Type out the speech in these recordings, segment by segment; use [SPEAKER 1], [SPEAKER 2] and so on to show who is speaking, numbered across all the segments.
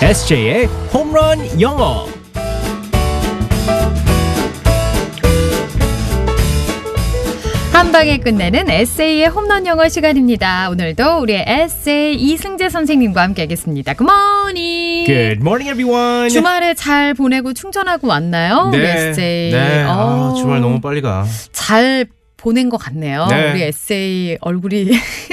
[SPEAKER 1] SJ의 홈런 영어.
[SPEAKER 2] 한 방에 끝내는 에세이의 홈런 영어 시간입니다. 오늘도 우리의 에세이 이승재 선생님과 함께하겠습니다. Good morning.
[SPEAKER 1] Good morning, everyone.
[SPEAKER 2] 주말에 잘 보내고 충전하고 왔나요? 우리 에세이.
[SPEAKER 1] 네. 아,
[SPEAKER 2] 어,
[SPEAKER 1] 주말 너무 빨리 가.
[SPEAKER 2] 잘 보낸 것 같네요.
[SPEAKER 1] 네.
[SPEAKER 2] 우리 에세이 얼굴이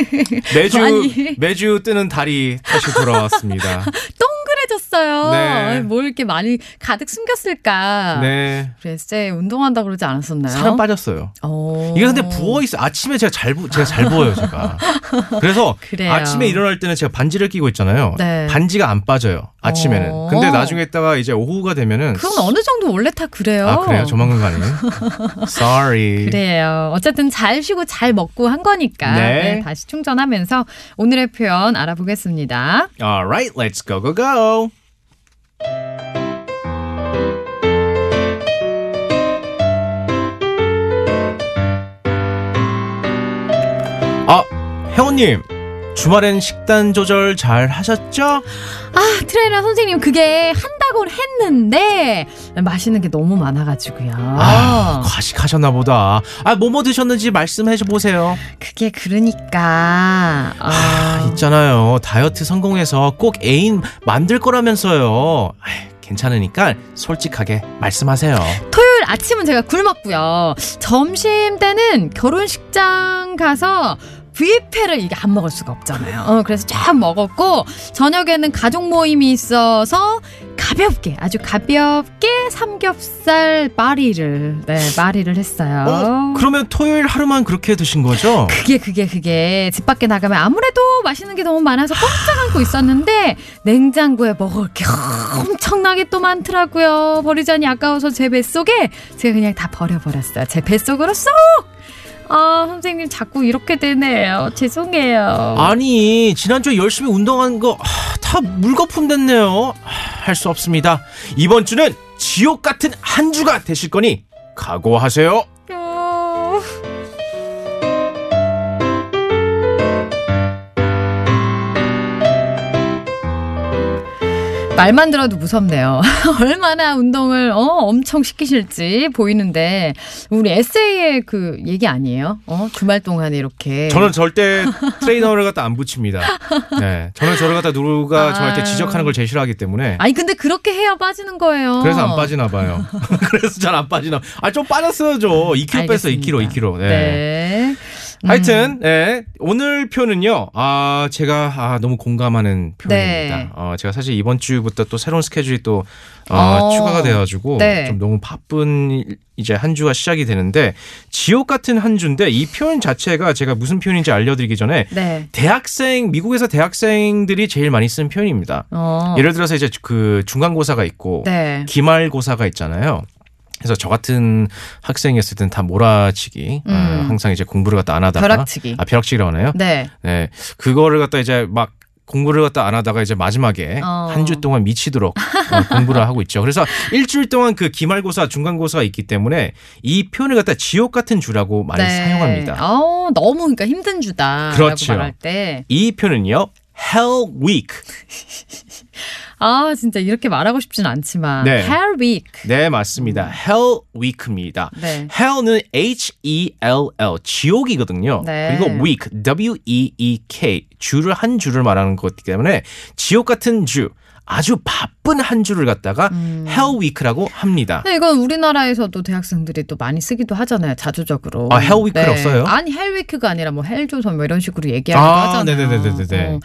[SPEAKER 1] 매주
[SPEAKER 2] 많이.
[SPEAKER 1] 매주 뜨는 달이 다시 돌아왔습니다.
[SPEAKER 2] 동그래졌어요.
[SPEAKER 1] 네.
[SPEAKER 2] 뭘 이렇게 많이 가득 숨겼을까?
[SPEAKER 1] 네.
[SPEAKER 2] 우리 에세이 운동한다 그러지 않았었나요?
[SPEAKER 1] 사람 빠졌어요.
[SPEAKER 2] 어.
[SPEAKER 1] 이게 근데 부어 있어. 아침에 제가 잘 부, 제가 잘 부어요, 제가. 그래서
[SPEAKER 2] 그래요.
[SPEAKER 1] 아침에 일어날 때는 제가 반지를 끼고 있잖아요.
[SPEAKER 2] 네.
[SPEAKER 1] 반지가 안 빠져요. 아침에는.
[SPEAKER 2] 어.
[SPEAKER 1] 근데 나중에 있다가 이제 오후가 되면은
[SPEAKER 2] 그건 어느 정도 원래 다 그래요.
[SPEAKER 1] 아, 그래요. 조만간 가네요. Sorry.
[SPEAKER 2] 그래요. 어쨌든 잘 쉬고 잘 먹고 한 거니까
[SPEAKER 1] 네.
[SPEAKER 2] 네, 다시 충전하면서 오늘의 표현 알아보겠습니다.
[SPEAKER 1] All right, let's go go go. 아, 혜원님 주말엔 식단 조절 잘 하셨죠?
[SPEAKER 2] 아 트레이너 선생님 그게 한다고 했는데 맛있는 게 너무 많아가지고요.
[SPEAKER 1] 아, 과식하셨나 보다. 아, 뭐뭐 드셨는지 말씀해 줘 보세요.
[SPEAKER 2] 그게 그러니까
[SPEAKER 1] 아, 있잖아요. 다이어트 성공해서 꼭 애인 만들 거라면서요. 아이, 괜찮으니까 솔직하게 말씀하세요.
[SPEAKER 2] 토요일 아침은 제가 굶었고요. 점심 때는 결혼식장 가서 뷔페를 이게 안 먹을 수가 없잖아요. 어, 그래서 쫙 먹었고 저녁에는 가족 모임이 있어서 가볍게 아주 가볍게 삼겹살 마리를 네 마리를 했어요.
[SPEAKER 1] 어, 그러면 토요일 하루만 그렇게 드신 거죠?
[SPEAKER 2] 그게 그게 그게 집 밖에 나가면 아무래도 맛있는 게 너무 많아서 꼼짝 않고 있었는데 냉장고에 먹을 게 엄청나게 또 많더라고요 버리자니 아까워서 제 뱃속에 제가 그냥 다 버려버렸어요 제 뱃속으로 쏙! 아 선생님 자꾸 이렇게 되네요 죄송해요
[SPEAKER 1] 아니 지난주에 열심히 운동한 거 다 물거품 됐네요. 할 수 없습니다. 이번 주는 지옥 같은 한 주가 되실 거니 각오하세요.
[SPEAKER 2] 어. 말만 들어도 무섭네요. 얼마나 운동을 어, 엄청 시키실지 보이는데 우리 에세이의 그 얘기 아니에요? 어, 주말 동안에 이렇게
[SPEAKER 1] 저는 절대 트레이너를 갖다 안 붙입니다. 네, 저는 저를 갖다 누가 저한테
[SPEAKER 2] 아유.
[SPEAKER 1] 지적하는 걸 제일 싫어하기 때문에
[SPEAKER 2] 아니 근데 그렇게 해야 빠지는 거예요.
[SPEAKER 1] 그래서 안 빠지나 봐요. 그래서 잘 안 빠지나. 아 좀 빠졌어야죠. 2kg 뺐어요. 2kg, 2kg.
[SPEAKER 2] 네.
[SPEAKER 1] 네. 하여튼
[SPEAKER 2] 음.
[SPEAKER 1] 예, 오늘 표는요. 아 제가 아, 너무 공감하는 표현입니다.
[SPEAKER 2] 네.
[SPEAKER 1] 어, 제가 사실 이번 주부터 또 새로운 스케줄이 또 어,
[SPEAKER 2] 어.
[SPEAKER 1] 추가가 돼가지고
[SPEAKER 2] 네.
[SPEAKER 1] 좀 너무 바쁜 이제 한 주가 시작이 되는데 지옥 같은 한 주인데 이 표현 자체가 제가 무슨 표현인지 알려드리기 전에
[SPEAKER 2] 네.
[SPEAKER 1] 대학생 미국에서 대학생들이 제일 많이 쓰는 표현입니다.
[SPEAKER 2] 어.
[SPEAKER 1] 예를 들어서 이제 그 중간고사가 있고
[SPEAKER 2] 네.
[SPEAKER 1] 기말고사가 있잖아요. 그래서 저 같은 학생이었을 땐 다 몰아치기. 어,
[SPEAKER 2] 음.
[SPEAKER 1] 항상 이제 공부를 갖다 안 하다가
[SPEAKER 2] 벼락치기.
[SPEAKER 1] 아 벼락치기라고 하나요?
[SPEAKER 2] 네.
[SPEAKER 1] 네. 그거를 갖다 이제 막 공부를 갖다 안 하다가 이제 마지막에
[SPEAKER 2] 어.
[SPEAKER 1] 한 주 동안 미치도록 어, 공부를 하고 있죠. 그래서 일주일 동안 그 기말고사, 중간고사가 있기 때문에 이 표현을 갖다 지옥 같은 주라고 많이 사용합니다.
[SPEAKER 2] 네. 어, 너무 그러니까 힘든 주다.
[SPEAKER 1] 그렇죠.
[SPEAKER 2] 라고 말할 때.
[SPEAKER 1] 이 표현은요. Hell Week.
[SPEAKER 2] 아, 진짜 이렇게 말하고 싶진 않지만.
[SPEAKER 1] 네.
[SPEAKER 2] Hair Week.
[SPEAKER 1] 네, 맞습니다.
[SPEAKER 2] 음.
[SPEAKER 1] Hell Week입니다.
[SPEAKER 2] 네.
[SPEAKER 1] Hell는 H-E-L-L 지옥이거든요.
[SPEAKER 2] 네.
[SPEAKER 1] 그리고 week W-E-E-K E 주를 한 주를 말하는 거기 때문에 지옥 같은 주 아주 바쁜 한 주를 갖다가
[SPEAKER 2] 음.
[SPEAKER 1] Hell Week라고 합니다.
[SPEAKER 2] 근데 이건 우리나라에서도 대학생들이 또 많이 쓰기도 하잖아요. 자주적으로. 네.
[SPEAKER 1] 아, Hell Week라고 써요?
[SPEAKER 2] 아니, 헬위크가 아니라 뭐 헬조선 뭐 이런 식으로 얘기하기도
[SPEAKER 1] 아,
[SPEAKER 2] 하잖아요.
[SPEAKER 1] 네네네네네.
[SPEAKER 2] 어.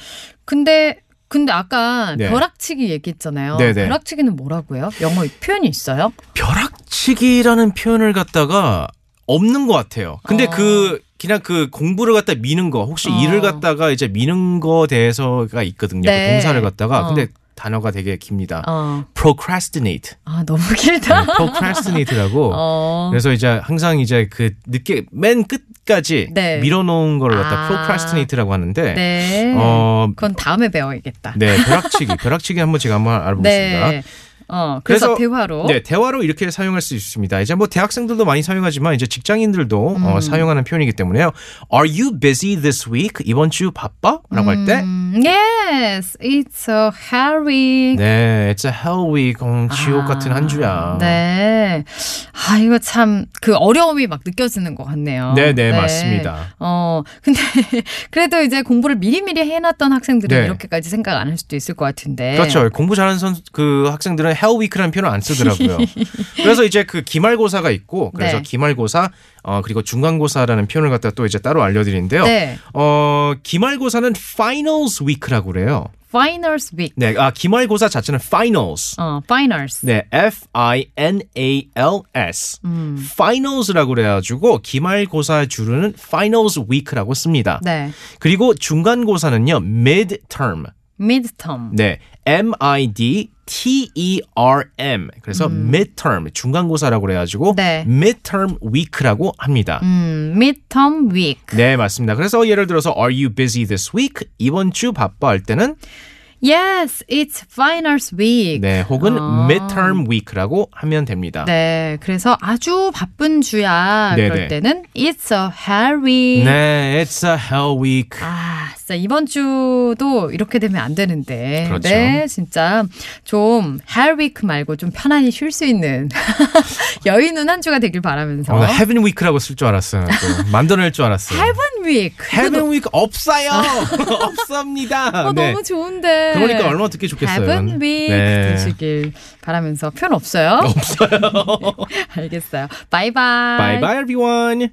[SPEAKER 2] 근데 근데 아까
[SPEAKER 1] 네.
[SPEAKER 2] 벼락치기 얘기했잖아요.
[SPEAKER 1] 네네.
[SPEAKER 2] 벼락치기는 뭐라고요? 영어 표현이 있어요?
[SPEAKER 1] 벼락치기라는 표현을 갖다가 없는 것 같아요. 근데
[SPEAKER 2] 어.
[SPEAKER 1] 그 그냥 그 공부를 갖다 미는 거 혹시
[SPEAKER 2] 어.
[SPEAKER 1] 일을 갖다가 이제 미는 거 대해서가 있거든요. 그
[SPEAKER 2] 네.
[SPEAKER 1] 동사를 갖다가
[SPEAKER 2] 어.
[SPEAKER 1] 근데 단어가 되게 깁니다.
[SPEAKER 2] 어.
[SPEAKER 1] procrastinate.
[SPEAKER 2] 아, 너무
[SPEAKER 1] 네.
[SPEAKER 2] 길다.
[SPEAKER 1] procrastinate라고
[SPEAKER 2] 어.
[SPEAKER 1] 그래서 이제 항상 이제 그 늦게 맨 끝까지
[SPEAKER 2] 네.
[SPEAKER 1] 밀어놓은 걸 갖다
[SPEAKER 2] 아.
[SPEAKER 1] procrastinate라고 하는데
[SPEAKER 2] 네.
[SPEAKER 1] 어,
[SPEAKER 2] 그건 다음에 배워야겠다.
[SPEAKER 1] 네 벼락치기 벼락치기 한번 제가 한번 알아보겠습니다.
[SPEAKER 2] 네. 어, 그래서,
[SPEAKER 1] 그래서-
[SPEAKER 2] 대화로.
[SPEAKER 1] 네, 대화로 이렇게 사용할 수 있습니다. 이제 뭐 대학생들도 많이 사용하지만 이제 직장인들도
[SPEAKER 2] 음. 음.
[SPEAKER 1] 어, 사용하는 표현이기 때문에요. Are you busy this week? 이번 주 바빠? 라고 할 때
[SPEAKER 2] Yes, it's a hairy.
[SPEAKER 1] 네, it's a hell week. 음, 지옥 같은 한 주야.
[SPEAKER 2] 아, 네. 아, 이거 참 그 어려움이 막 느껴지는 것 같네요.
[SPEAKER 1] 네, 네, 맞습니다.
[SPEAKER 2] 어, 근데 그래도 이제 공부를 미리미리 해놨던 학생들은
[SPEAKER 1] 네.
[SPEAKER 2] 이렇게까지 생각 안 할 수도 있을 것 같은데.
[SPEAKER 1] 그렇죠. 공부 잘하는 선, 그 학생들은 hell week라는 표현을 안 쓰더라고요. 그래서 이제 그 기말고사가 있고, 그래서
[SPEAKER 2] 네.
[SPEAKER 1] 기말고사, 어, 그리고 중간고사라는 표현을 갖다 또 이제 따로 알려드리는데요.
[SPEAKER 2] 네.
[SPEAKER 1] 어, 기말고사는 finals week라고 그래요.
[SPEAKER 2] Finals week.
[SPEAKER 1] 네, 아, 기말고사 자체는 finals.
[SPEAKER 2] 어, finals.
[SPEAKER 1] 네, F I N A L S.
[SPEAKER 2] 음.
[SPEAKER 1] finals라고 그래가지고 기말고사 주로는 finals week라고 씁니다.
[SPEAKER 2] 네.
[SPEAKER 1] 그리고 중간고사는요, midterm.
[SPEAKER 2] Midterm.
[SPEAKER 1] 네, M I D T E R M. 그래서 midterm 중간고사라고 그래가지고
[SPEAKER 2] 음. 네.
[SPEAKER 1] midterm week라고 합니다.
[SPEAKER 2] 음, midterm week.
[SPEAKER 1] 네, 맞습니다. 그래서 예를 들어서 Are you busy this week? 이번 주 바빠 할 때는
[SPEAKER 2] Yes, it's finals week.
[SPEAKER 1] 네, 혹은
[SPEAKER 2] 아.
[SPEAKER 1] midterm week라고 하면 됩니다.
[SPEAKER 2] 네, 그래서 아주 바쁜 주야
[SPEAKER 1] 네, 네.
[SPEAKER 2] 그럴 때는 it's a hairy.
[SPEAKER 1] 네, it's a hell week.
[SPEAKER 2] 아, 진짜 이번 주도 이렇게 되면 안 되는데.
[SPEAKER 1] 그렇죠.
[SPEAKER 2] 네, 진짜 좀 hairyweek 말고 좀 편안히 쉴 수 있는 여유 있는 한 주가 되길 바라면서.
[SPEAKER 1] 어, 나 heaven week라고 쓸 줄 알았어요. 또. 만들어낼 줄 알았어요.
[SPEAKER 2] heaven week. 아.
[SPEAKER 1] heaven week 없어요. 없습니다.
[SPEAKER 2] 어,
[SPEAKER 1] 네.
[SPEAKER 2] 너무 좋은데.
[SPEAKER 1] 그러니까 얼마나 듣기 좋겠어요.
[SPEAKER 2] Heaven week
[SPEAKER 1] 네.
[SPEAKER 2] 되시길 바라면서 표현 없어요? 없어요. 네, 알겠어요. 바이바이.
[SPEAKER 1] Bye bye everyone.